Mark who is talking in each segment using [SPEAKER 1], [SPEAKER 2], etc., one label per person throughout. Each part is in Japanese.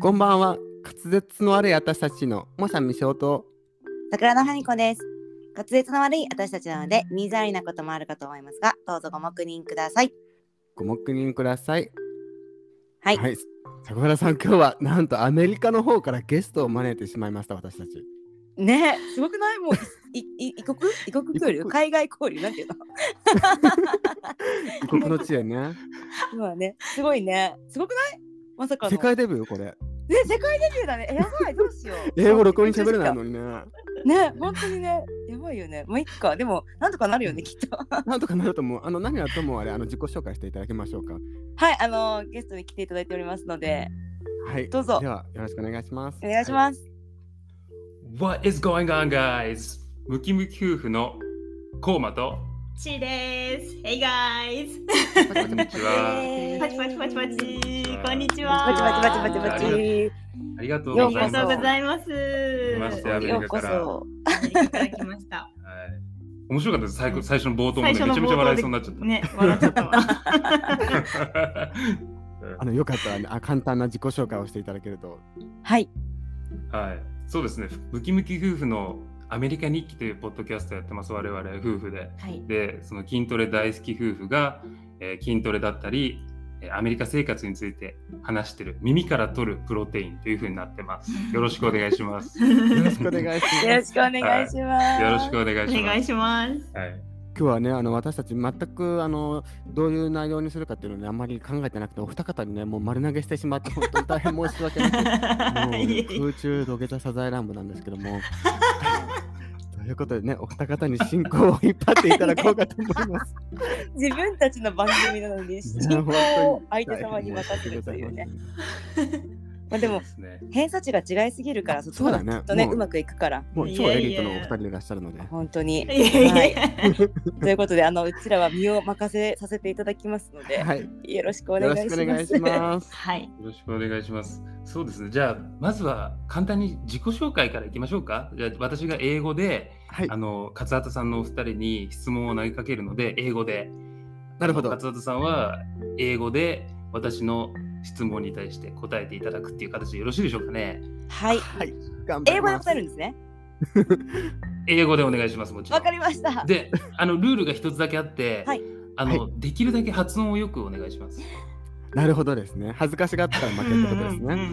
[SPEAKER 1] こんばんは。滑舌の悪い私たちのモサミショウと
[SPEAKER 2] 桜の羽子です。滑舌の悪い私たちなので、身障りなこともあるかと思いますが、どうぞご黙認ください。
[SPEAKER 1] ご黙認ください。
[SPEAKER 2] はい。
[SPEAKER 1] はい。坂原さん、今日はなんとアメリカの方からゲストを招いてしまいました、私た ち。
[SPEAKER 2] ねえ、すごくないもう、いい異国異国交
[SPEAKER 1] 異
[SPEAKER 2] 流
[SPEAKER 1] 国
[SPEAKER 2] 海外交流なんていうの
[SPEAKER 1] 異国の地へね。
[SPEAKER 2] そうだね。すごいね。すごくないまさかの。
[SPEAKER 1] 世界デビューよこれ。。
[SPEAKER 2] ね、世界デビューだね。えやばい、どうしよう
[SPEAKER 1] 英語録音に喋れないのにね。
[SPEAKER 2] ね、本当にね、やばいよね。まあ、いっか。でも、なんとかなるよね、きっと。
[SPEAKER 1] なんとかなると思う。あの、何はともあれ、あの、自己紹介していただきましょうか。
[SPEAKER 2] はい、あのゲストに来ていただいておりますので、
[SPEAKER 1] はい。
[SPEAKER 2] どうぞ
[SPEAKER 1] では、よろしくお願いします。
[SPEAKER 2] お願いし
[SPEAKER 1] す。
[SPEAKER 2] ます。
[SPEAKER 3] What is going on, guys? ムキムキ夫婦のコーマと
[SPEAKER 4] ちーです。Hey guys。
[SPEAKER 1] こ
[SPEAKER 3] こんにちは。
[SPEAKER 2] イエーイ
[SPEAKER 4] パチパチパチパチ。こんにち
[SPEAKER 2] バ
[SPEAKER 4] は。
[SPEAKER 2] チバチバチバチバ
[SPEAKER 3] あ
[SPEAKER 2] チ。
[SPEAKER 3] ありがとう
[SPEAKER 4] あ
[SPEAKER 3] ご
[SPEAKER 4] り
[SPEAKER 3] ざい
[SPEAKER 4] がとうご
[SPEAKER 3] ま
[SPEAKER 4] ざいます。
[SPEAKER 3] ましてアメリ
[SPEAKER 2] よう
[SPEAKER 3] カ
[SPEAKER 2] こ
[SPEAKER 3] から
[SPEAKER 2] そ。
[SPEAKER 4] いただきました。
[SPEAKER 3] す。はい面白かったです。最後最初の冒頭もね
[SPEAKER 4] 最
[SPEAKER 3] めち
[SPEAKER 4] 初
[SPEAKER 3] ゃ
[SPEAKER 4] の
[SPEAKER 3] めちゃ笑い
[SPEAKER 4] 冒頭で
[SPEAKER 3] そうになっちゃった。
[SPEAKER 4] ね、笑っちゃったわ。
[SPEAKER 1] あの、よかったらね、あ、簡単な自己紹介をしていただけ ると。
[SPEAKER 2] はい。
[SPEAKER 3] はい、そうですね。ムキムキ夫婦のアメリカ日記というポッドキャストやってます。我々夫婦で。
[SPEAKER 4] はい。
[SPEAKER 3] で、その筋トレ大好き夫婦が、えー筋トレだったり、えーアメリカ生活について話してる耳から取るプロテインというふうになってます。よろしくお願いします。
[SPEAKER 1] よろしくお願いします。
[SPEAKER 2] よろしくお願いします。
[SPEAKER 3] よろしくお願い
[SPEAKER 4] お
[SPEAKER 3] しま
[SPEAKER 4] 願い
[SPEAKER 3] す。
[SPEAKER 4] します。
[SPEAKER 3] はい、
[SPEAKER 1] 今日はねあの私たち全くあのどういう内容にするかっていうのをねあんまり考えてなくてお二方にねもう丸投げしてしまって本当に大変申し訳 なくもうね空中土下座サザエランボなんですけども。ということでねお二方に進行を引っ張っていただこうかと思い ます。
[SPEAKER 2] 自分たちの番組な のに進
[SPEAKER 1] いや
[SPEAKER 2] 行
[SPEAKER 1] 本当
[SPEAKER 2] を相手様に渡せるというね。。まあでも
[SPEAKER 3] ですね。
[SPEAKER 2] 偏差値が違いすぎるからそっち
[SPEAKER 1] そうだ
[SPEAKER 2] の方
[SPEAKER 1] ね
[SPEAKER 2] がきっとね
[SPEAKER 1] もう
[SPEAKER 2] うまくいくから
[SPEAKER 1] もう超エリートのお二人でいらっしゃるので。
[SPEAKER 2] 本当に。
[SPEAKER 4] いやいやいや
[SPEAKER 2] ということであのうちらは身を任せさせていただきますので
[SPEAKER 1] はい、よ
[SPEAKER 2] よろしくお願
[SPEAKER 1] ろ
[SPEAKER 2] い
[SPEAKER 1] し
[SPEAKER 2] しま
[SPEAKER 1] く
[SPEAKER 2] す。
[SPEAKER 1] お願いします。
[SPEAKER 4] はい。
[SPEAKER 3] よろしくお願いします。そうですね。じゃあまずは簡単に自己紹介からいきましょうか。じゃあ私が英語で、
[SPEAKER 1] はい
[SPEAKER 3] あ、の勝畑さんのお二人に質問を投げかけるので英語で。
[SPEAKER 1] なるほど
[SPEAKER 3] あの勝畑さんは英語で私の質問に対して答えていただくっていう形でよろしいでしょうかね。
[SPEAKER 2] はい。
[SPEAKER 1] はい、頑張
[SPEAKER 2] 英
[SPEAKER 1] り
[SPEAKER 2] 語で
[SPEAKER 1] ます
[SPEAKER 2] 答えるんですね。
[SPEAKER 3] 英語でお願いします。もちろん。
[SPEAKER 2] わかりました。
[SPEAKER 3] で、あのルールが一つだけあって、
[SPEAKER 2] はい
[SPEAKER 3] あの、できるだけ発音をよくお願いします。
[SPEAKER 1] なるほどですね。恥ずかしがったら負けってことですね。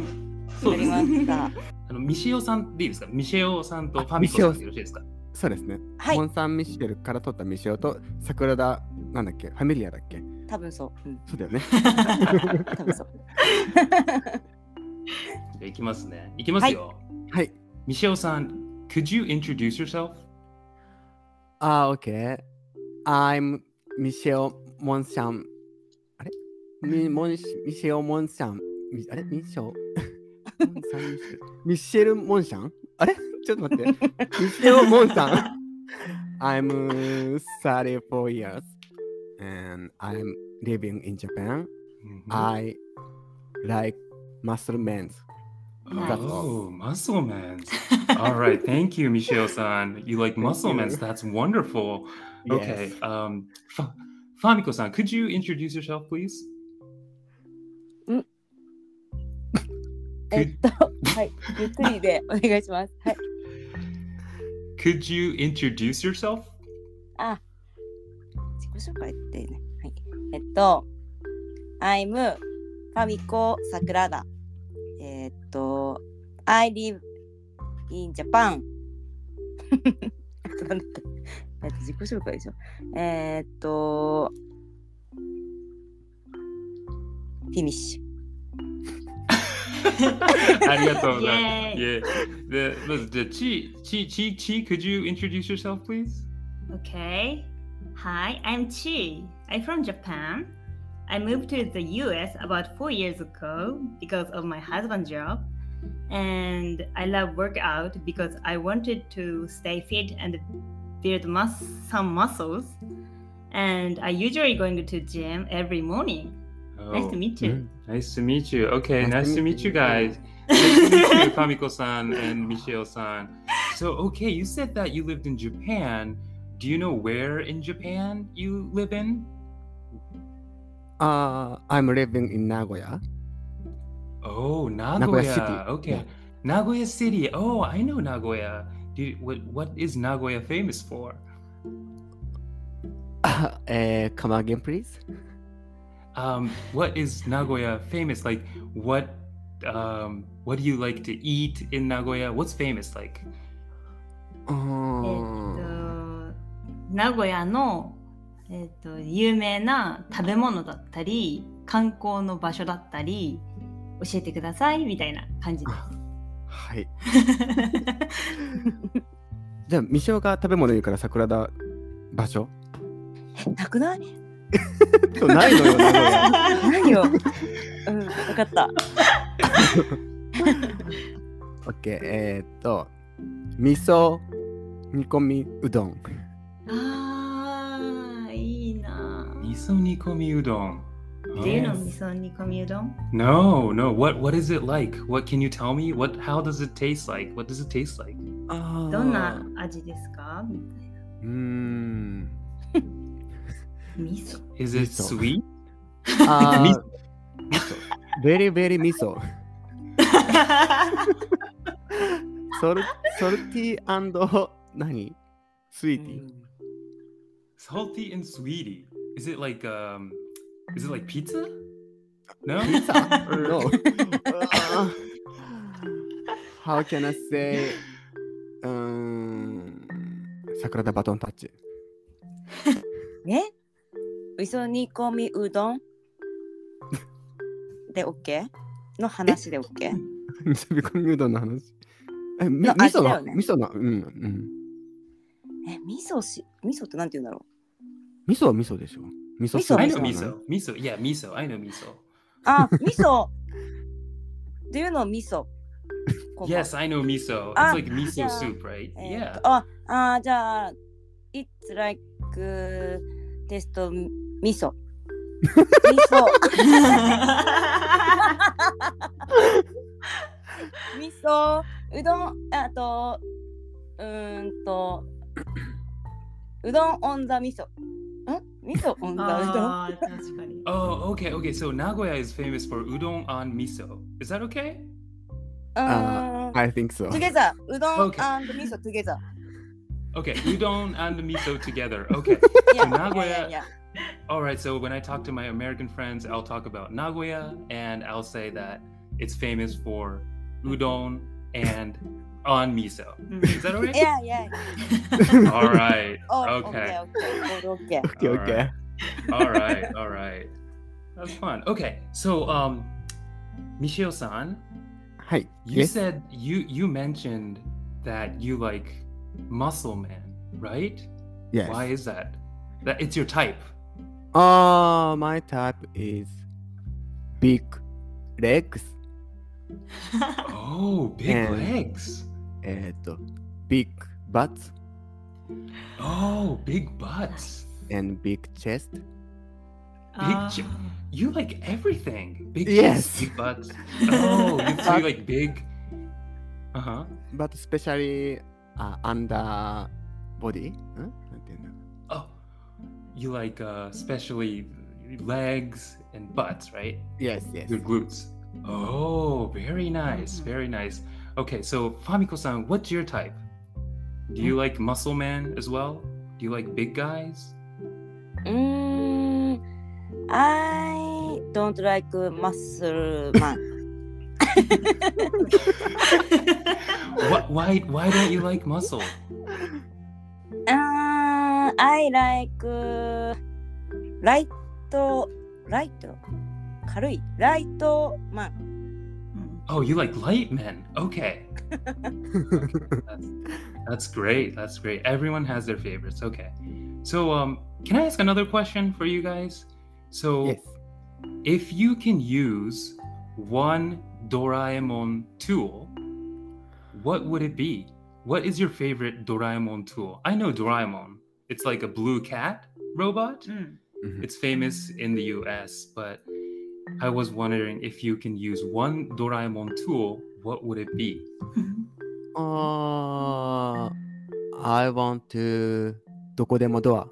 [SPEAKER 3] そう
[SPEAKER 2] わか
[SPEAKER 3] で
[SPEAKER 2] り
[SPEAKER 3] す
[SPEAKER 2] ました。
[SPEAKER 3] あのミシオさんでいいですかミシオさんとファミコさんでよろしいですか
[SPEAKER 1] そうですね。
[SPEAKER 2] はい
[SPEAKER 1] モンサン・ミシェルから取ったミシェルと桜田なんだっけファミリアだっけ
[SPEAKER 2] 多分そう。うん。
[SPEAKER 1] そうだよね。
[SPEAKER 2] 多分そう。
[SPEAKER 3] じゃあいきますね。いきますよ。
[SPEAKER 1] はい。
[SPEAKER 3] ミシオさん、Could you introduce yourself?
[SPEAKER 1] あー、OK。I'm ミシェル・モンシャン。あれ ミモンシミシェル・モンシャン。みあれミシェルモンシャンミシェルミシェル・モンシャンあれちょっと待って。 ミシェル・モンシャン I'm 34 years and I'm living in Japan.
[SPEAKER 3] あ
[SPEAKER 1] I like muscle men.
[SPEAKER 4] Ah,
[SPEAKER 1] That's all.
[SPEAKER 3] Oh, muscle man. All right. Thank you, Michio san. You like muscle men.
[SPEAKER 1] you.
[SPEAKER 3] That's wonderful. Okay.
[SPEAKER 1] Yes.
[SPEAKER 3] Um, Fa- Famiko san, could you introduce yourself, please?
[SPEAKER 4] Mm.
[SPEAKER 2] えっとはい。ゆっくりでお願いします。はい。
[SPEAKER 3] Could you introduce yourself?
[SPEAKER 2] あ、自己紹介ってね。はい。えっと、I'm ファミコ桜田。えっと、I live in Japan あとなんだっけ。えっと自己紹介でしょ。えっと、フィニッシュ。
[SPEAKER 3] ありがとうございます。
[SPEAKER 4] Yay.
[SPEAKER 3] Yeah. The, the, the Chi, Chi, Chi, Chi, could you introduce yourself, please?
[SPEAKER 4] Okay. Hi, I'm Chi. I'm from Japan. I moved to the US about four years ago because of my husband's job. And I love workout because I wanted to stay fit and build mus- some muscles. And I usually going to gym every morning. Nice
[SPEAKER 3] Oh,
[SPEAKER 4] to meet you.
[SPEAKER 3] Nice to meet you. Okay, nice, to meet you guys. nice to meet you,
[SPEAKER 4] yes,
[SPEAKER 3] Famiko-san and Michio-san. So, okay, you said that you lived in Japan. Do you know where in Japan you live in?
[SPEAKER 1] Uh, I'm living in Nagoya.
[SPEAKER 3] Oh,
[SPEAKER 1] Nagoya
[SPEAKER 3] Nagoya.
[SPEAKER 1] City.
[SPEAKER 3] Okay.
[SPEAKER 1] Yeah.
[SPEAKER 3] Nagoya City. Oh, I know Nagoya. Did, what, what is Nagoya famous for?
[SPEAKER 1] uh, come again, please.
[SPEAKER 3] Um, what is Nagoya famous? Like, what um, what do you like to eat in Nagoya? What's famous? Like,
[SPEAKER 4] え
[SPEAKER 1] うん
[SPEAKER 4] ーっと名古屋の、えーっと有名な食べ物だったり観光の場所だったり教えてくださいみたいな感じで
[SPEAKER 1] はい。
[SPEAKER 4] す。
[SPEAKER 1] じゃあ、ミシオが食べ物言うから桜田場所
[SPEAKER 2] なく ない
[SPEAKER 1] ないのよ、名古屋
[SPEAKER 2] ないよ。うん、わかった。
[SPEAKER 1] OK、えー、っと、味噌煮込みうどん。
[SPEAKER 4] あーいいなぁ。
[SPEAKER 3] miso nikomi udon.
[SPEAKER 4] Do you know
[SPEAKER 3] Oh.
[SPEAKER 4] 味噌煮込みうどん
[SPEAKER 3] No, no. What what is it like? What can you tell me? What how does it taste like? What does it taste like?
[SPEAKER 1] あ
[SPEAKER 4] どんな味ですかみたいう
[SPEAKER 1] ーん。
[SPEAKER 4] な味噌。
[SPEAKER 3] Is it
[SPEAKER 1] Miso.
[SPEAKER 3] sweet?
[SPEAKER 1] あ
[SPEAKER 3] 味
[SPEAKER 1] ー
[SPEAKER 3] 噌、
[SPEAKER 1] ベリーベリー味噌。ソルソルティー何スイーテ
[SPEAKER 2] Mm.
[SPEAKER 1] ィー。
[SPEAKER 3] Salty and sweety. Is it like um is it like pizza? No?
[SPEAKER 1] ピ ザ
[SPEAKER 3] Or-
[SPEAKER 1] ?No. How can I say? うーん。桜田バトンタッチ。
[SPEAKER 2] え味噌煮込みうど んで OK? の話で OK?
[SPEAKER 1] 味噌煮込みうどんの話。え、み
[SPEAKER 2] の
[SPEAKER 1] 味噌
[SPEAKER 2] 味だ
[SPEAKER 1] の、
[SPEAKER 2] よね
[SPEAKER 1] 味噌の、うん、うん。
[SPEAKER 2] え、味噌し、味噌ってなんて言うんだろ
[SPEAKER 1] 味噌は味噌でしょ。味噌スープ
[SPEAKER 3] I
[SPEAKER 1] じ
[SPEAKER 3] know
[SPEAKER 1] ゃない
[SPEAKER 3] miso. Miso. Yeah, miso. I know miso.
[SPEAKER 2] うあ、味噌 Do you know 味噌こんばん
[SPEAKER 3] Yes, I know
[SPEAKER 2] Ah,
[SPEAKER 3] miso. It's like miso
[SPEAKER 2] yeah.
[SPEAKER 3] soup, right?
[SPEAKER 2] えー
[SPEAKER 3] Yeah.
[SPEAKER 2] とあ、あーじゃあ、It's like テスト味噌。味噌、味噌、うどん、あと、うーんと、うどんオンザ味噌。ん味噌オンザうどん
[SPEAKER 4] あー確かに。
[SPEAKER 3] Oh, okay, okay. So Nagoya is famous for udon on miso. Is that okay?
[SPEAKER 2] うーん。
[SPEAKER 1] I think so.
[SPEAKER 2] トゥゲザー、うどん
[SPEAKER 3] Okay.
[SPEAKER 2] 味噌トゥゲザー。
[SPEAKER 3] Okay, udon and miso together. Okay.
[SPEAKER 2] いや
[SPEAKER 3] So Nagoya-
[SPEAKER 2] いやいや
[SPEAKER 3] All right, so when I talk to my American friends, I'll talk about Nagoya and I'll say that it's famous for udon and on miso.
[SPEAKER 4] うん
[SPEAKER 3] Is that all right?
[SPEAKER 2] いやいやいや。
[SPEAKER 3] All right.
[SPEAKER 2] オッ
[SPEAKER 3] Okay.
[SPEAKER 2] ケーオッケー。
[SPEAKER 1] OK, OK.
[SPEAKER 3] All right. All right. That's fun. Okay. So, um, Michio-san,
[SPEAKER 1] はい。
[SPEAKER 3] you
[SPEAKER 1] Yes.
[SPEAKER 3] said you you mentioned that you like muscle man, right?
[SPEAKER 1] Yes.
[SPEAKER 3] Why is that? That it's your type.
[SPEAKER 1] Ah, my type is big legs
[SPEAKER 3] Oh, big
[SPEAKER 1] Yeah.
[SPEAKER 3] legs.
[SPEAKER 1] えっと big butt
[SPEAKER 3] Oh, big butts.
[SPEAKER 1] and big chest
[SPEAKER 4] あ
[SPEAKER 3] ち
[SPEAKER 4] ー
[SPEAKER 3] You like everything. Big
[SPEAKER 1] Yes.
[SPEAKER 3] cheeks, big butts. Oh, you so you like big. Uh huh.
[SPEAKER 1] but especially、uh, under body んなんていうんだ
[SPEAKER 3] Oh, you like uh, especially legs and butts, right?
[SPEAKER 1] Yes,
[SPEAKER 3] Your
[SPEAKER 1] yes.
[SPEAKER 3] glutes. Oh, very nice,
[SPEAKER 4] Mhm.
[SPEAKER 3] very nice. Okay, so Famiko-san, what's your type? Do you like muscle man as well? Do you like big guys?
[SPEAKER 2] うーん。I don't like muscle man.
[SPEAKER 3] What? Why? Why don't you like muscle?
[SPEAKER 2] あー I like ライト、ライト、軽い、ライトマン。
[SPEAKER 3] Oh, you like light men. Okay. that's, that's great. That's great. Everyone has their favorites. Okay. So, um, can I ask another question for you guys? So,
[SPEAKER 1] yes.
[SPEAKER 3] if you can use one Doraemon tool, what would it be? What is your favorite Doraemon tool? I know Doraemon. It's like a blue cat robot.
[SPEAKER 4] うん。
[SPEAKER 3] It's famous in the US, but I was wondering if you can use one Doraemon tool, what would it be?
[SPEAKER 1] Ah, I want to どこでもド ア。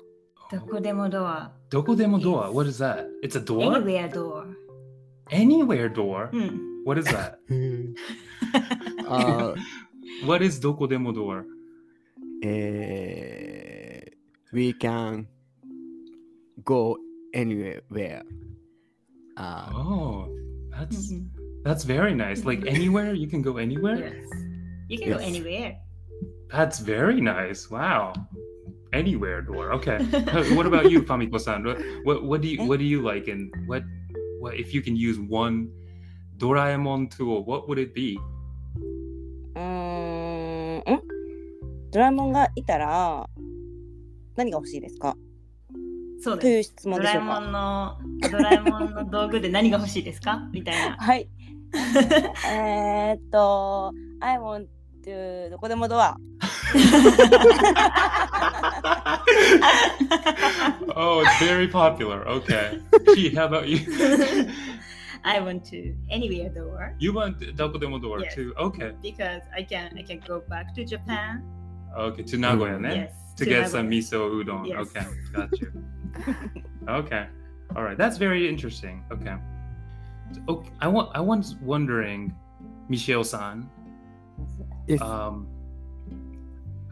[SPEAKER 4] どこでもドア。
[SPEAKER 3] Dokodemo door. What is that? It's a door?
[SPEAKER 4] Anywhere door.
[SPEAKER 3] Anywhere door?
[SPEAKER 4] うん。
[SPEAKER 3] What is that?
[SPEAKER 1] uh,
[SPEAKER 3] what is dokodemodor?
[SPEAKER 1] えー eh, we can go anywhere. Uh, あ
[SPEAKER 3] Oh, that's
[SPEAKER 4] Mm-hmm.
[SPEAKER 3] that's very nice. Like anywhere you can go anywhere.
[SPEAKER 4] Yes. You can go
[SPEAKER 1] Yes.
[SPEAKER 4] anywhere.
[SPEAKER 3] That's very nice. Wow. Anywhere door. Okay. what about you, Famiko-san? What, what what do you what do you like and what what if you can use one Doraemon tool? What would it be?
[SPEAKER 2] うーんんドラえもんがいたら何が欲しいですか
[SPEAKER 4] そう
[SPEAKER 2] とい
[SPEAKER 4] で
[SPEAKER 2] う
[SPEAKER 4] す。
[SPEAKER 2] 質問
[SPEAKER 4] ド
[SPEAKER 2] で
[SPEAKER 4] ラ
[SPEAKER 2] し
[SPEAKER 4] え
[SPEAKER 2] ょう
[SPEAKER 4] も
[SPEAKER 2] か
[SPEAKER 4] んのドラえもんの道具で何が欲しいですかみたいな。
[SPEAKER 2] はいえー、っと I want to どこでもドア
[SPEAKER 3] oh, it's very popular. Okay. Chi, how about you?
[SPEAKER 4] I want to anywhere the world
[SPEAKER 3] you want Dokodemodor
[SPEAKER 4] Yes.
[SPEAKER 3] too? Okay.
[SPEAKER 4] because I can I can go back to Japan.
[SPEAKER 3] Okay, to Nagoya, ne?
[SPEAKER 4] Yes.
[SPEAKER 3] to get
[SPEAKER 4] Nagoya.
[SPEAKER 3] some miso udon.
[SPEAKER 4] Yes.
[SPEAKER 3] Okay, got you. okay, all right. That's very interesting. Okay, okay. I want. I was wondering, Michelle-san,
[SPEAKER 1] ー Yes.
[SPEAKER 3] um,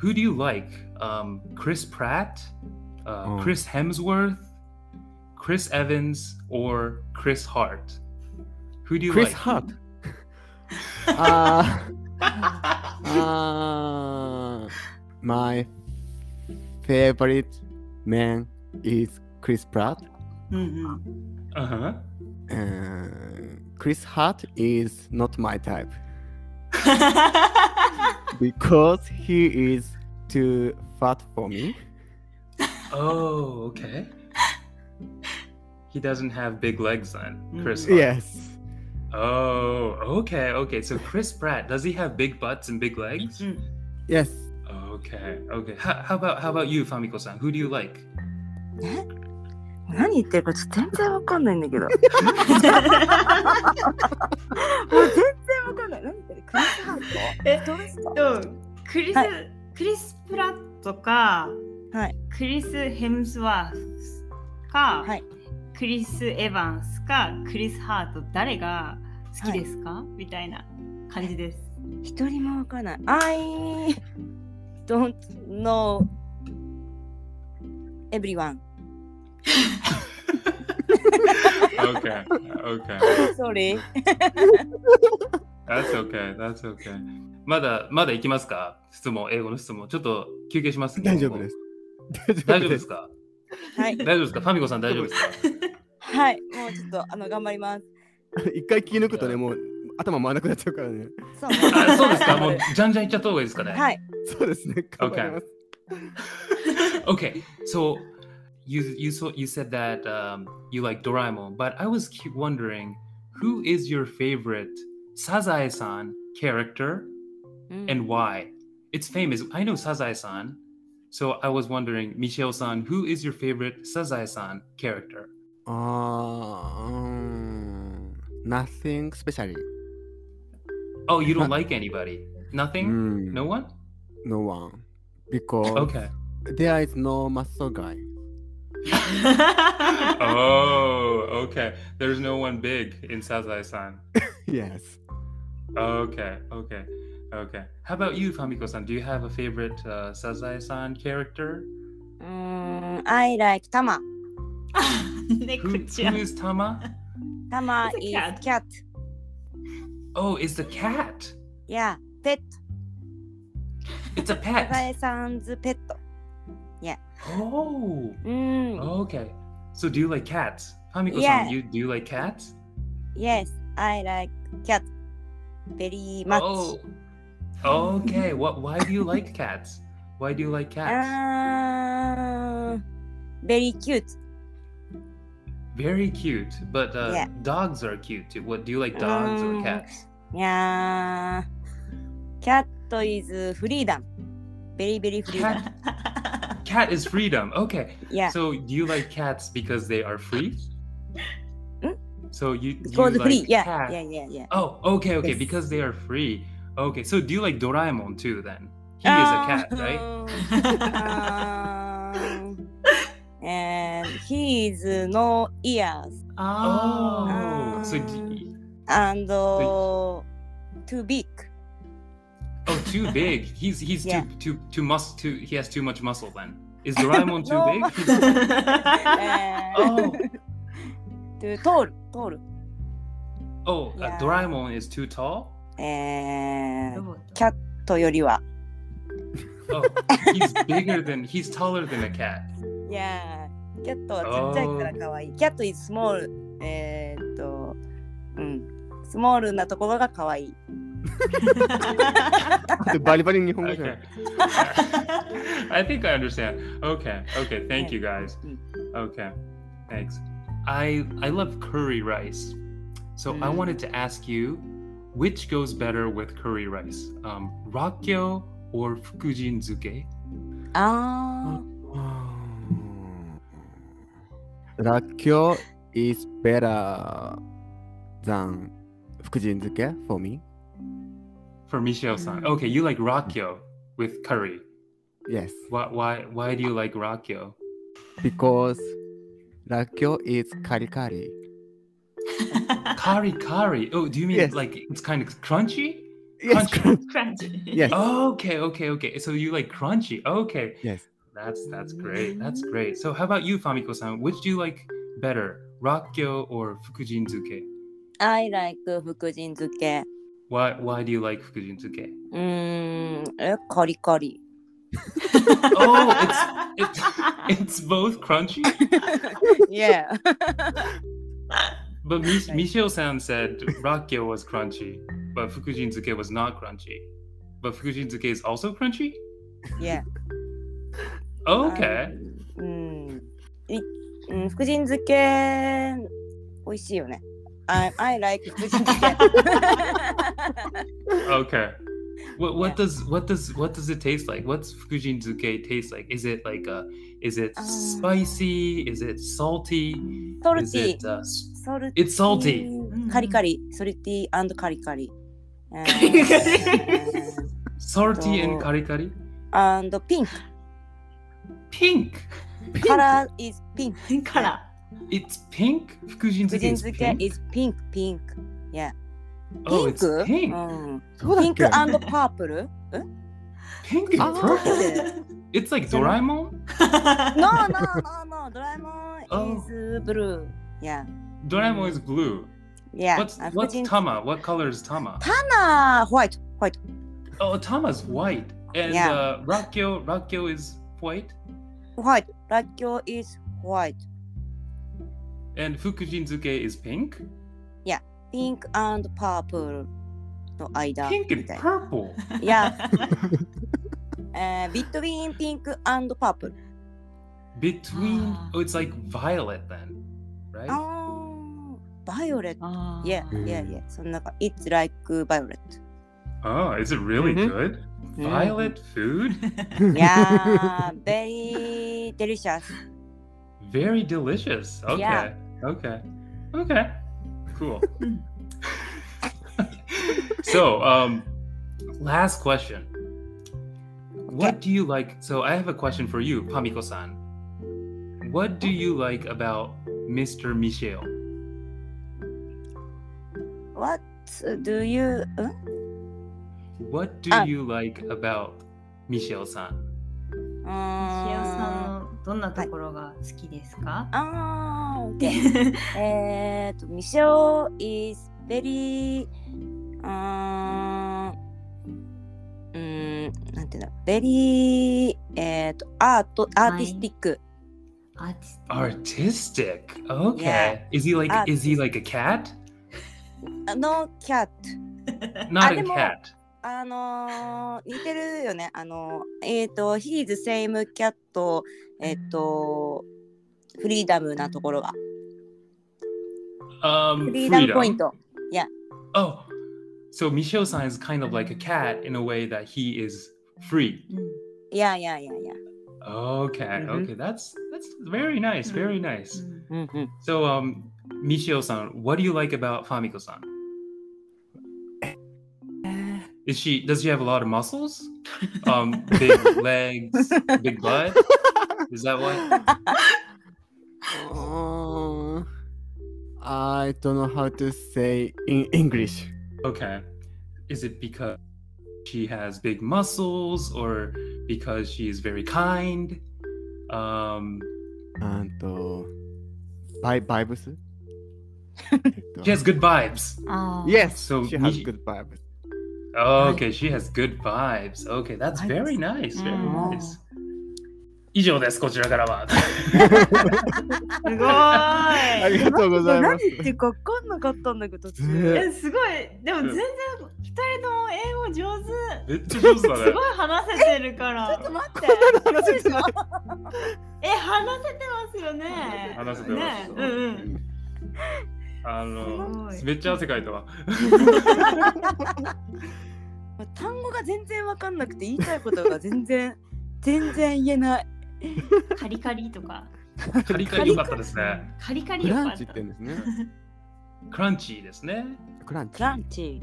[SPEAKER 3] who do you like? Um, Chris Pratt, uh,
[SPEAKER 1] Oh.
[SPEAKER 3] Chris Hemsworth, Chris Evans, or Chris Hart? Who do you
[SPEAKER 1] Chris
[SPEAKER 3] like?
[SPEAKER 1] Hart. Uh, あーあー Uh, My favorite man is Chris Pratt.
[SPEAKER 4] うんうん。
[SPEAKER 3] Uh huh.
[SPEAKER 1] Uh, Chris Hart is not my type because he is too fat for me.
[SPEAKER 3] Oh, okay. He doesn't have big legs then, Chris.
[SPEAKER 1] Mm-hmm.
[SPEAKER 3] Hart.
[SPEAKER 1] Yes.
[SPEAKER 3] Oh, okay, okay. So Chris Pratt, does he have big butts and big legs?
[SPEAKER 1] Mm-hmm.
[SPEAKER 4] うん
[SPEAKER 1] Yes.
[SPEAKER 3] Okay, okay. How, how about how about you, Famiko-san? Who do you like?
[SPEAKER 2] 何言ってるかちょっと全然わかんないんだけ どもう全然わかんない何言ってるクリスハート
[SPEAKER 4] え
[SPEAKER 2] どうですか
[SPEAKER 4] とクリス、
[SPEAKER 2] は
[SPEAKER 4] クリス・プラットか、
[SPEAKER 2] はい
[SPEAKER 4] クリス・ヘムスワースか、
[SPEAKER 2] はい
[SPEAKER 4] クリス・エヴァンスかクリス・ハート誰が好きですか、みたいな感じです。
[SPEAKER 2] 一人もわかんない I don't know everyone
[SPEAKER 3] Okay, okay.
[SPEAKER 2] sorry
[SPEAKER 3] That's okay, that's okay. まだまだ行きますか質問、英語の質問。ちょっと休憩しますね
[SPEAKER 1] 大丈夫です。。
[SPEAKER 3] 大丈夫 です。か
[SPEAKER 2] はい
[SPEAKER 3] 大丈夫ですかファミコさん大丈夫ですか
[SPEAKER 2] はいもうちょっとあの頑張ります
[SPEAKER 1] 一回気抜くとね、もう頭回らなくなっちゃうからね。
[SPEAKER 2] そう
[SPEAKER 3] あそうですかもうじゃんじゃん行っちゃった方がいいですかね
[SPEAKER 2] はい
[SPEAKER 1] そうですね。頑張ります
[SPEAKER 3] okay so you you saw you said that um, you like doraemon but i was cu- wondering who is your favorite sazae-san character
[SPEAKER 2] うん
[SPEAKER 3] and why it's famous i know sazae-san so i was wondering michelle-san who is your favorite sazae-san character
[SPEAKER 1] ああ、うーん。Nothing um, special.
[SPEAKER 3] oh you don't
[SPEAKER 1] Huh.
[SPEAKER 3] like anybody nothing
[SPEAKER 1] Mm.
[SPEAKER 3] no one
[SPEAKER 1] No one. Because
[SPEAKER 3] okay
[SPEAKER 1] there is no muscle guy.
[SPEAKER 3] oh okay there's no one big in sazae-san
[SPEAKER 1] Yes.
[SPEAKER 3] Okay, okay, okay. How about you, Famiko-san? Do you have a favorite uh, Sazae-san character?
[SPEAKER 2] うーん I like タマ
[SPEAKER 4] 猫
[SPEAKER 3] Who,
[SPEAKER 4] ちゃ
[SPEAKER 3] who
[SPEAKER 4] ん。
[SPEAKER 3] is Tama?
[SPEAKER 2] タマ
[SPEAKER 4] It's a
[SPEAKER 2] is
[SPEAKER 4] cat.
[SPEAKER 2] cat
[SPEAKER 3] Oh, it's the cat.
[SPEAKER 2] yeah pet
[SPEAKER 3] It's
[SPEAKER 2] サ
[SPEAKER 3] a
[SPEAKER 2] ザ
[SPEAKER 3] pet.
[SPEAKER 2] エさんズペット
[SPEAKER 3] Oh,
[SPEAKER 2] うーん
[SPEAKER 3] okay. So do you like cats? Famiko-san,
[SPEAKER 2] Yeah.
[SPEAKER 3] you do you like cats?
[SPEAKER 2] Yes I like cat very much
[SPEAKER 3] Oh. Okay. what why do you like cats? Why do you like cats?
[SPEAKER 2] あー very cute
[SPEAKER 3] Very cute, but uh,
[SPEAKER 2] Yeah.
[SPEAKER 3] dogs are cute too. What do you like dogs or
[SPEAKER 2] Mm.
[SPEAKER 3] cats?
[SPEAKER 2] いやー、キャットイズフリーダム。ベリーベリーフリーダム。
[SPEAKER 3] Cat cat is freedom. Okay.
[SPEAKER 2] いや、
[SPEAKER 3] So do you like cats because they are free?
[SPEAKER 2] Hmm?
[SPEAKER 3] So you, you
[SPEAKER 2] ビコーズフリー。
[SPEAKER 3] like
[SPEAKER 2] いや、
[SPEAKER 3] cat-
[SPEAKER 2] いやいやいや。
[SPEAKER 3] Oh, okay, okay,
[SPEAKER 2] Yes.
[SPEAKER 3] because they are free. Okay, so do you like Doraemon too then? He
[SPEAKER 2] Uh,
[SPEAKER 3] is a cat, right?
[SPEAKER 2] あー うーん And he is no ears.
[SPEAKER 3] Oh,
[SPEAKER 4] oh.
[SPEAKER 2] Ah.
[SPEAKER 3] so d-
[SPEAKER 2] and uh, too big.
[SPEAKER 3] Oh, too big. He's he's
[SPEAKER 2] Yeah.
[SPEAKER 3] too too too mus too. He has too much muscle. Then is Doraemon too
[SPEAKER 2] No.
[SPEAKER 3] big? He's-
[SPEAKER 2] And
[SPEAKER 3] Oh.
[SPEAKER 2] too tall, tall.
[SPEAKER 3] Oh,
[SPEAKER 2] Yeah.
[SPEAKER 3] uh, Doraemon is too tall.
[SPEAKER 4] ロ
[SPEAKER 2] And
[SPEAKER 4] ボット
[SPEAKER 2] cat よりは。
[SPEAKER 3] Oh, he's bigger than he's taller than a cat.
[SPEAKER 2] Yeah. キャットはちっちゃいから可愛い。キャット is small. えーっと、うん。スモールなところが可愛い。
[SPEAKER 1] バリバリ日本語じゃな
[SPEAKER 3] Okay.
[SPEAKER 1] い。
[SPEAKER 3] I think I understand. Okay. Okay. Thank you guys.
[SPEAKER 2] Mm.
[SPEAKER 3] Okay. Thanks. I I love curry rice. So I
[SPEAKER 2] Mm.
[SPEAKER 3] wanted to ask you which goes better with curry rice? Um rakkyo or fukujin zuke?
[SPEAKER 2] あ
[SPEAKER 1] らっきょう is better than 福神漬け for me?
[SPEAKER 3] For Michelle-san.
[SPEAKER 4] Mm.
[SPEAKER 3] Okay, you like rakkyo with curry.
[SPEAKER 1] Yes.
[SPEAKER 3] Why why why do you like rakkyo?
[SPEAKER 1] Because らっきょう is カリカリ。
[SPEAKER 3] Curry curry. Oh, do you mean
[SPEAKER 1] Yes.
[SPEAKER 3] like it's kind of crunchy?
[SPEAKER 1] Yes.
[SPEAKER 4] Crunchy.
[SPEAKER 1] Yes.
[SPEAKER 3] Okay, okay, okay. So you like crunchy. Okay.
[SPEAKER 1] Yes.
[SPEAKER 3] That's that's great. That's great. So how about you, Famiko-san? Which do you like better, rakkyo or fukujinzuke?
[SPEAKER 2] あ、I like 福神漬け。
[SPEAKER 3] Why why do you like fukujinzuke?
[SPEAKER 2] うーん、え、カリカリ。
[SPEAKER 3] Oh, It's it's both crunchy.
[SPEAKER 2] yeah.
[SPEAKER 3] But Mich-
[SPEAKER 2] Right.
[SPEAKER 3] Michio-san said rakkyo was crunchy, but fukujinzuke was not crunchy. But fukujinzuke is also crunchy.
[SPEAKER 2] yeah. Uh,
[SPEAKER 3] Okay.
[SPEAKER 2] うん。いうん、福神漬け、美味しいよね。I, I like 福神漬け。
[SPEAKER 3] Okay. What what
[SPEAKER 2] Yeah.
[SPEAKER 3] does what does what does it taste like? What's fukujinzuke taste like? Is it like a is it
[SPEAKER 2] Um,
[SPEAKER 3] spicy? Is it salty?
[SPEAKER 2] ソル
[SPEAKER 3] Is
[SPEAKER 2] ティ
[SPEAKER 3] it, uh, s-
[SPEAKER 2] ソルティ
[SPEAKER 3] it's salty.
[SPEAKER 2] カリカリ、ソルティーカリカリ。カ
[SPEAKER 4] リカリ
[SPEAKER 3] Salty
[SPEAKER 2] So-
[SPEAKER 3] and kari kari?
[SPEAKER 2] and pink.
[SPEAKER 3] Pink.
[SPEAKER 2] Color is pink.
[SPEAKER 4] カラ
[SPEAKER 3] It's pink. Fukujinzuke
[SPEAKER 2] 福神
[SPEAKER 3] is
[SPEAKER 2] 漬け
[SPEAKER 3] pink.
[SPEAKER 2] is pink, pink. Yeah.
[SPEAKER 3] oh, it's
[SPEAKER 2] pink?
[SPEAKER 3] pink.
[SPEAKER 2] うん。
[SPEAKER 1] そうだっ
[SPEAKER 2] pink
[SPEAKER 1] け
[SPEAKER 2] and purple?
[SPEAKER 3] Pink and
[SPEAKER 1] Ah.
[SPEAKER 3] purple.
[SPEAKER 4] ー
[SPEAKER 3] It's like
[SPEAKER 2] So-
[SPEAKER 3] Doraemon.
[SPEAKER 2] No, no, no, no. ドラえもん is blue. Yeah.
[SPEAKER 3] Doraemon is blue.
[SPEAKER 2] Mm. Yeah. uh,
[SPEAKER 3] What's
[SPEAKER 2] あ
[SPEAKER 3] what's
[SPEAKER 2] 福神
[SPEAKER 3] Tama? What color is Tama?
[SPEAKER 2] あー、ホワイト、ホワイト。
[SPEAKER 3] Oh, Tama's white. And
[SPEAKER 2] Yeah.
[SPEAKER 3] uh, Rakkyo Rakkyo is white.
[SPEAKER 2] ホワイト。ラッキョ is ホワイト。
[SPEAKER 3] And Fukujinzuke is pink.
[SPEAKER 2] pink and purple の間
[SPEAKER 3] Pink
[SPEAKER 2] み
[SPEAKER 3] and
[SPEAKER 2] たい
[SPEAKER 3] purple.
[SPEAKER 2] な。いや、えー、between pink and purple。
[SPEAKER 3] Between
[SPEAKER 4] Ah.
[SPEAKER 3] oh, it's like violet then, right?
[SPEAKER 2] Oh. ああ、バイオレット。
[SPEAKER 4] あー
[SPEAKER 2] Yeah, yeah, yeah. その中、it's like violet.
[SPEAKER 3] Oh, is it really
[SPEAKER 1] Mhm.
[SPEAKER 3] good?
[SPEAKER 2] Mm-hmm.
[SPEAKER 1] Mhm.
[SPEAKER 3] Violet food?
[SPEAKER 2] Yeah, very delicious.
[SPEAKER 3] Very delicious. Okay.
[SPEAKER 2] Yeah.
[SPEAKER 3] Okay. Okay. Cool. so, um last question. What do you like? So, I have a question for you, Pamiko-san. What do you like about Mr. Michel?
[SPEAKER 2] What do you? ん
[SPEAKER 3] What do
[SPEAKER 2] Ah.
[SPEAKER 3] you like about Michel-san?
[SPEAKER 2] うーん
[SPEAKER 4] シオさんのどんなところが好きですか、
[SPEAKER 2] あー、OK。えーと、ミシェオ is very うーんうーんなんていうんだ very えーとアートアーティスティック、
[SPEAKER 4] アーティスト
[SPEAKER 3] Artistic. Okay.
[SPEAKER 2] Yeah.
[SPEAKER 3] Is he like
[SPEAKER 2] Art-
[SPEAKER 3] is he like a cat?
[SPEAKER 2] あのキャット
[SPEAKER 3] Not
[SPEAKER 2] Ah,
[SPEAKER 3] a
[SPEAKER 2] demo.
[SPEAKER 3] cat.
[SPEAKER 2] あのー、似てるよねあのー、えっ、ー、と he is same cat えっ、ー、とフリーダムなところが
[SPEAKER 3] Um
[SPEAKER 2] フリーダムポイン
[SPEAKER 3] freedom.
[SPEAKER 2] ト
[SPEAKER 3] Oh. So Michel-san is kind of like a cat in a way that he is free.
[SPEAKER 4] うん
[SPEAKER 2] いやいやいやいや
[SPEAKER 3] Okay.
[SPEAKER 1] Mhm.
[SPEAKER 3] Okay. That's that's very nice.
[SPEAKER 4] Mhm.
[SPEAKER 3] Very nice.
[SPEAKER 4] うん
[SPEAKER 2] うんうん
[SPEAKER 3] So um Michel-san, what do you like about Famiko-san? Is she does she have a lot of muscles? Um big legs, big butt? Is that what?
[SPEAKER 1] うーん I don't know how to say in English.
[SPEAKER 3] Okay. Is it because she has big muscles or because she is very kind? Um,
[SPEAKER 1] あんと、バイバイブス
[SPEAKER 3] she has good vibes.
[SPEAKER 4] Ah.
[SPEAKER 1] Yes,
[SPEAKER 3] So
[SPEAKER 1] she has
[SPEAKER 3] Michi-
[SPEAKER 1] good vibes.
[SPEAKER 3] Okay, she has good vibes. Okay, that's very nice. Very
[SPEAKER 4] Mm.
[SPEAKER 3] nice. 以上です、こちらからは。
[SPEAKER 4] すご
[SPEAKER 1] あり
[SPEAKER 4] い。
[SPEAKER 1] がとうございま
[SPEAKER 2] 何
[SPEAKER 1] す。
[SPEAKER 2] 言ってるか分かんなかったんだけど、途中
[SPEAKER 1] ね
[SPEAKER 4] え、すごい。でも全然二人とも英語上手。
[SPEAKER 3] めっちゃ上手だ
[SPEAKER 4] す
[SPEAKER 3] ね
[SPEAKER 4] ご。い話せてるから。
[SPEAKER 2] ちょっと待って。
[SPEAKER 1] 話せてない。
[SPEAKER 4] え、話せてますよね。
[SPEAKER 3] 話せてま
[SPEAKER 4] ね
[SPEAKER 3] す。
[SPEAKER 4] うんうん。
[SPEAKER 3] あ
[SPEAKER 4] す
[SPEAKER 3] の
[SPEAKER 4] ごい、
[SPEAKER 3] めっちゃ汗かいたわ。
[SPEAKER 2] 単語が全然分かんなくて言いたいことが 全然全然言えない。
[SPEAKER 4] カリカリとか。
[SPEAKER 3] カリカリ良かったですね。
[SPEAKER 4] カリカリ
[SPEAKER 1] ク
[SPEAKER 4] よか
[SPEAKER 1] ラ
[SPEAKER 4] っ
[SPEAKER 1] ン
[SPEAKER 4] た。
[SPEAKER 1] チって言うんですね。
[SPEAKER 3] クランチーですね。
[SPEAKER 1] クランチ。
[SPEAKER 2] クランチ。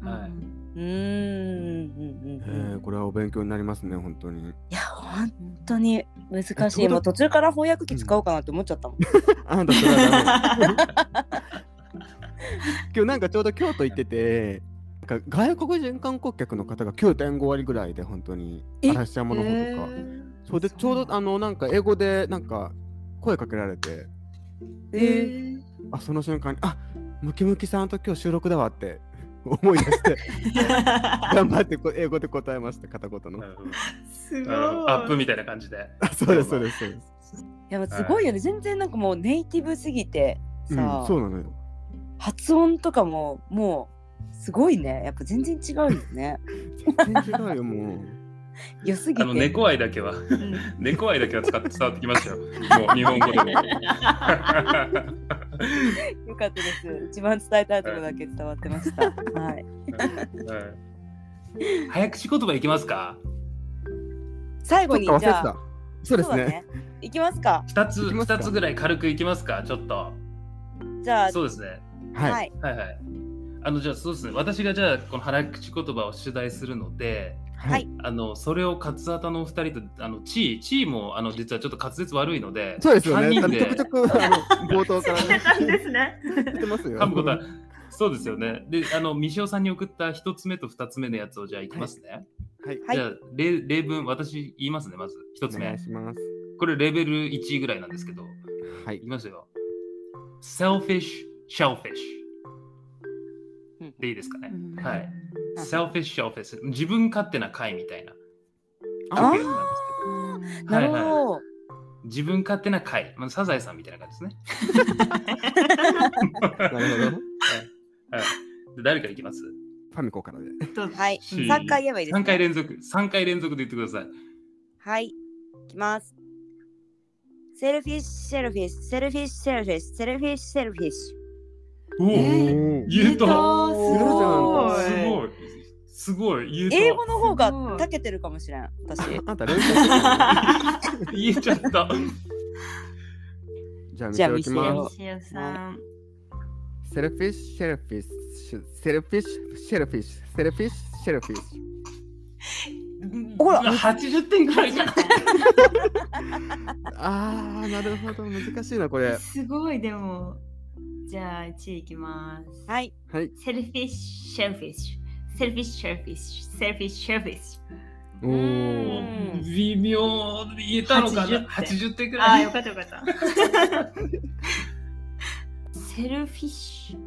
[SPEAKER 3] は
[SPEAKER 2] うーんうん
[SPEAKER 1] え
[SPEAKER 2] うんうん。
[SPEAKER 1] ーこれはお勉強になりますね、本当に。
[SPEAKER 2] いや本当に難し
[SPEAKER 1] え
[SPEAKER 2] い。
[SPEAKER 1] どうだ
[SPEAKER 2] もう途中から翻訳機使おうかなって思っちゃったもん。
[SPEAKER 1] あんたそれはダメ。今日なんかちょうど京都行ってて、なんか外国人観光客の方が9.5割ぐらいで本当に
[SPEAKER 2] え
[SPEAKER 1] 嵐山の方とか。そうでちょうどあのなんか英語でなんか声かけられて、
[SPEAKER 2] え
[SPEAKER 1] あその瞬間にあムキムキさんと今日収録だわって 思い出して 頑張ってこ英語で答えました片言
[SPEAKER 3] いな
[SPEAKER 1] の。
[SPEAKER 3] るほど
[SPEAKER 4] すごい。
[SPEAKER 3] なるほどアップみたいな感じで。
[SPEAKER 1] あそうですそうですそうです。
[SPEAKER 2] いやもうすごいよね。全然なんかもうネイティブすぎて
[SPEAKER 1] うん
[SPEAKER 2] さ、
[SPEAKER 1] そうなのよ。
[SPEAKER 2] 発音とかももうすごいね。やっぱ全然違うよ ね。
[SPEAKER 1] 全然違うよ もう。
[SPEAKER 2] 良すぎ
[SPEAKER 3] あ
[SPEAKER 2] て。
[SPEAKER 3] の、猫愛だけは、
[SPEAKER 4] うん
[SPEAKER 3] 猫愛だけは使って伝わってきましたよ。もう日本語でも。は
[SPEAKER 2] よかったです。一番伝えたいところだけ伝わってま した。はい。
[SPEAKER 3] い早口言葉いきますか
[SPEAKER 2] 最後に
[SPEAKER 1] そっ
[SPEAKER 2] じ
[SPEAKER 1] か忘れ
[SPEAKER 2] ゃ
[SPEAKER 1] て
[SPEAKER 2] あ
[SPEAKER 1] た。そうです
[SPEAKER 2] だ
[SPEAKER 1] ね。。
[SPEAKER 2] いきますか。
[SPEAKER 3] 二
[SPEAKER 1] い
[SPEAKER 3] つ、
[SPEAKER 1] きますか
[SPEAKER 3] 二つぐらい軽くいきますかちょっと。
[SPEAKER 2] じゃあ、
[SPEAKER 3] そうですね。
[SPEAKER 1] はい。
[SPEAKER 2] はい。
[SPEAKER 3] はいはい。あの、じゃあそうですね。私がじゃあ、この早口言葉を取材するので、
[SPEAKER 2] はい。
[SPEAKER 3] あのそれをカツアタのお二人とあの地位地位もあの実はちょっと滑舌悪いので
[SPEAKER 1] そうですよね。
[SPEAKER 3] 3
[SPEAKER 1] あ
[SPEAKER 3] 人
[SPEAKER 1] のちょ
[SPEAKER 3] で
[SPEAKER 1] くちょくあの冒頭から
[SPEAKER 4] して
[SPEAKER 1] ね
[SPEAKER 4] たんですね。
[SPEAKER 1] 言ってますよ。
[SPEAKER 3] 噛むことはそうですよねであの三塩さんに送った一つ目と二つ目のやつをじゃあいきますね、
[SPEAKER 1] はい。
[SPEAKER 2] はい
[SPEAKER 3] じゃあ例例文私言いますねまず一
[SPEAKER 1] お
[SPEAKER 3] つ
[SPEAKER 1] 願
[SPEAKER 3] 目
[SPEAKER 1] いします。
[SPEAKER 3] これレベル1ぐらいなんですけど
[SPEAKER 1] はい
[SPEAKER 3] いき。ますよ selfish shellfish
[SPEAKER 2] うん
[SPEAKER 3] でいいですかね、
[SPEAKER 4] うん
[SPEAKER 3] はい selfish shellfish 自分勝手な貝みたいな
[SPEAKER 2] あ
[SPEAKER 3] 表現なんです
[SPEAKER 2] あー
[SPEAKER 3] けど
[SPEAKER 2] なる
[SPEAKER 3] はいはい
[SPEAKER 2] ほど。
[SPEAKER 3] 自分勝手な貝、まあ、サザエさんみたいな感じです
[SPEAKER 1] なるほど。
[SPEAKER 3] ねはい。で誰からいきます
[SPEAKER 1] ファミコからで。
[SPEAKER 2] はい。
[SPEAKER 3] し
[SPEAKER 2] 三回言えばいいです、ね。
[SPEAKER 3] ?3 回連続、3回連続で言ってください。
[SPEAKER 2] はい。いきます。セルフィッシュ、セルフィッシュ、セルフィッシュ、セルフィッシュ、セルフィッシュ、セルフィッシ
[SPEAKER 3] おお
[SPEAKER 4] え
[SPEAKER 1] おー
[SPEAKER 3] 言えた
[SPEAKER 1] ー
[SPEAKER 3] すご
[SPEAKER 4] い。
[SPEAKER 3] いすごい言え
[SPEAKER 2] ュ。
[SPEAKER 3] た
[SPEAKER 2] 英語の方が長けてるかもしれん、私。
[SPEAKER 1] あんた練習してたの
[SPEAKER 3] 言えちゃった。
[SPEAKER 1] じゃあ見
[SPEAKER 2] じゃあ
[SPEAKER 1] せおきま
[SPEAKER 2] 見
[SPEAKER 1] す。
[SPEAKER 4] 西尾さん。
[SPEAKER 1] セルフィッシュ、シェルフィッシュ、セルフィッシュ、シェルフィッシュ、セルフィッシュ、シェルフィッシュ。
[SPEAKER 2] ほら
[SPEAKER 3] うわ80点くらいじゃん。
[SPEAKER 1] あー、なるほど。難しいな、これ。
[SPEAKER 4] すごいでも。じゃあ1位いきます。
[SPEAKER 2] はい。
[SPEAKER 1] はい。
[SPEAKER 4] セルフィッシュ、シェルフィッシュ、セルフィッシュ、シェルフィッシュ、セルフィッシュ、シェルフィッシュ。
[SPEAKER 1] おー。
[SPEAKER 2] ん
[SPEAKER 3] 微妙言えたのかな
[SPEAKER 4] 80
[SPEAKER 3] ?80
[SPEAKER 4] 点
[SPEAKER 3] 点く
[SPEAKER 4] ああ、
[SPEAKER 3] らい
[SPEAKER 4] よ。かったよか った。セルフィッシュ、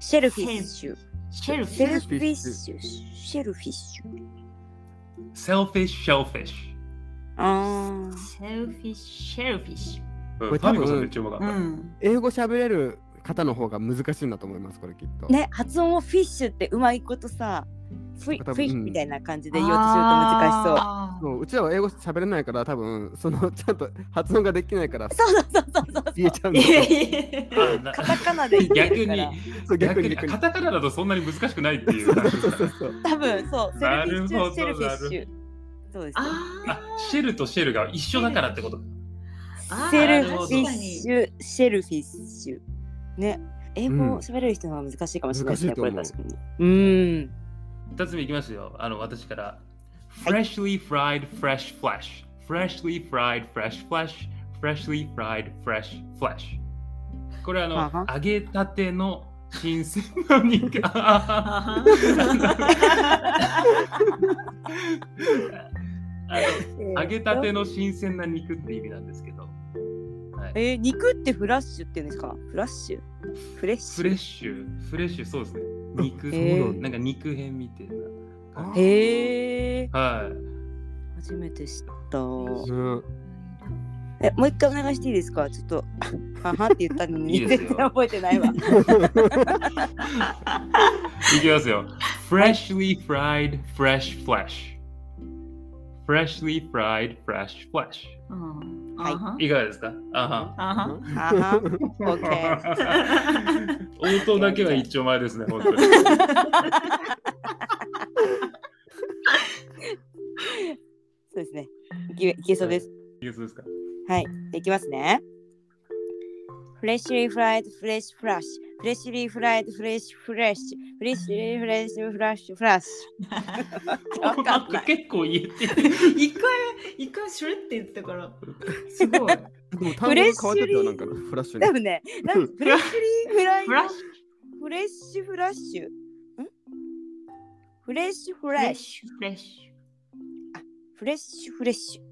[SPEAKER 2] シェルフィッシュ。
[SPEAKER 4] シェルフィ
[SPEAKER 2] セ
[SPEAKER 4] ッシ
[SPEAKER 2] ルフ
[SPEAKER 4] ュ
[SPEAKER 2] ィッシュ。シェルフィッシュ。
[SPEAKER 3] selfish, shellfish。
[SPEAKER 2] ああ。
[SPEAKER 4] セルフィッシュ、シェルフィッシュ。
[SPEAKER 3] うん
[SPEAKER 1] これ
[SPEAKER 3] フ
[SPEAKER 1] 多
[SPEAKER 3] ァ
[SPEAKER 1] 分
[SPEAKER 3] ミコさんめっちゃうまかった。
[SPEAKER 4] ん。
[SPEAKER 1] 英語喋れる方の方が難しいんだと思います、これきっと。
[SPEAKER 2] ね、発音をフィッシュってうまいことさ、フィ
[SPEAKER 1] なんか多
[SPEAKER 2] フ
[SPEAKER 1] 分
[SPEAKER 2] ィッシ
[SPEAKER 1] う
[SPEAKER 2] ュ
[SPEAKER 1] ん
[SPEAKER 2] みたいな感じで言おうとすると難しそう。
[SPEAKER 1] そううちらは英語喋れないから、多分その ちゃんと発音ができないから
[SPEAKER 2] そうそうそうそうそう
[SPEAKER 1] 言えちゃうんだよ。
[SPEAKER 4] しそう。
[SPEAKER 3] あな
[SPEAKER 2] カタカナで言って
[SPEAKER 3] 逆
[SPEAKER 2] る
[SPEAKER 3] に
[SPEAKER 2] から。
[SPEAKER 1] そう逆
[SPEAKER 3] 逆
[SPEAKER 1] に
[SPEAKER 3] に
[SPEAKER 1] 逆に
[SPEAKER 3] カ。タカナだとそんなに難しくないっていう感じ
[SPEAKER 1] そうそうそう。
[SPEAKER 2] 多分そう、セ
[SPEAKER 3] な
[SPEAKER 2] ルフィッシュ、セル
[SPEAKER 3] るほど
[SPEAKER 2] フィッシュ。そうですよ。
[SPEAKER 4] あ
[SPEAKER 3] あシェルとシェルが一緒だからってこと
[SPEAKER 4] あ
[SPEAKER 2] セル
[SPEAKER 3] な
[SPEAKER 2] フ
[SPEAKER 3] るほ
[SPEAKER 2] ィ
[SPEAKER 3] ど
[SPEAKER 2] ッシュ、シェルフィッシュ。ね。英
[SPEAKER 1] うん
[SPEAKER 2] 語を喋れる人の方が難しいかもしれないですね、
[SPEAKER 1] 難しいと
[SPEAKER 2] こ
[SPEAKER 1] 思う
[SPEAKER 2] れ確かに。うーん。
[SPEAKER 3] 2つ目いきますよ。あの、私から。Freshly fried fresh flesh. Freshly fried fresh flesh. Freshly fried fresh flesh. これあの、
[SPEAKER 2] はは
[SPEAKER 3] 揚げたての新鮮な肉。あ
[SPEAKER 4] あ
[SPEAKER 3] の揚げたての新鮮な肉って意味なんですけど、はい、
[SPEAKER 2] えー肉ってフラッシュって言うんですかフラッシュフレッシ
[SPEAKER 3] フ
[SPEAKER 2] ュ
[SPEAKER 3] レッシュ、フレッシュ、そうですね。肉、
[SPEAKER 2] へー
[SPEAKER 3] なんか肉片みたいな感じ。
[SPEAKER 2] へえ
[SPEAKER 3] はい。
[SPEAKER 2] 初めて知った
[SPEAKER 1] うん
[SPEAKER 2] えもう一回お願いしていいですかちょっと ははって言ったのに
[SPEAKER 3] いいですよ
[SPEAKER 2] 全然 覚えてないわ
[SPEAKER 3] いきますよ。Freshly fried fresh flesh。Freshly fried fresh flesh。
[SPEAKER 2] はい
[SPEAKER 3] いかがですかあは。
[SPEAKER 4] あ
[SPEAKER 2] はは OK
[SPEAKER 3] 応答だけは一丁前ですね、本当に。
[SPEAKER 2] そうですねいけいけそうです
[SPEAKER 3] いかがですか
[SPEAKER 2] はい、でいきますね。フレッシュリーフライドフレッシュフラッシュ。フレッシュリーフライドフレッシュフレッシュ。フレッシュリーフライドフラッシュフラッシュ。 わかんない。
[SPEAKER 3] 結構言えてる。
[SPEAKER 4] 一回一回シュルって言ってたからすご
[SPEAKER 1] で
[SPEAKER 4] い
[SPEAKER 1] も単語が変わってたよなんかなフラッシュ
[SPEAKER 2] 多
[SPEAKER 1] ね。
[SPEAKER 2] 分ね、なんフレッシュリーフライ
[SPEAKER 4] フ
[SPEAKER 2] ド
[SPEAKER 4] ラッシ
[SPEAKER 2] フレッシュフラッシュ。んフレッシュフ
[SPEAKER 4] ュフ
[SPEAKER 2] ラ
[SPEAKER 4] レッ
[SPEAKER 2] ッシュ。
[SPEAKER 4] シュフレ
[SPEAKER 2] フレ
[SPEAKER 4] ッシ
[SPEAKER 2] ッシュフレッシュ。
[SPEAKER 4] ュ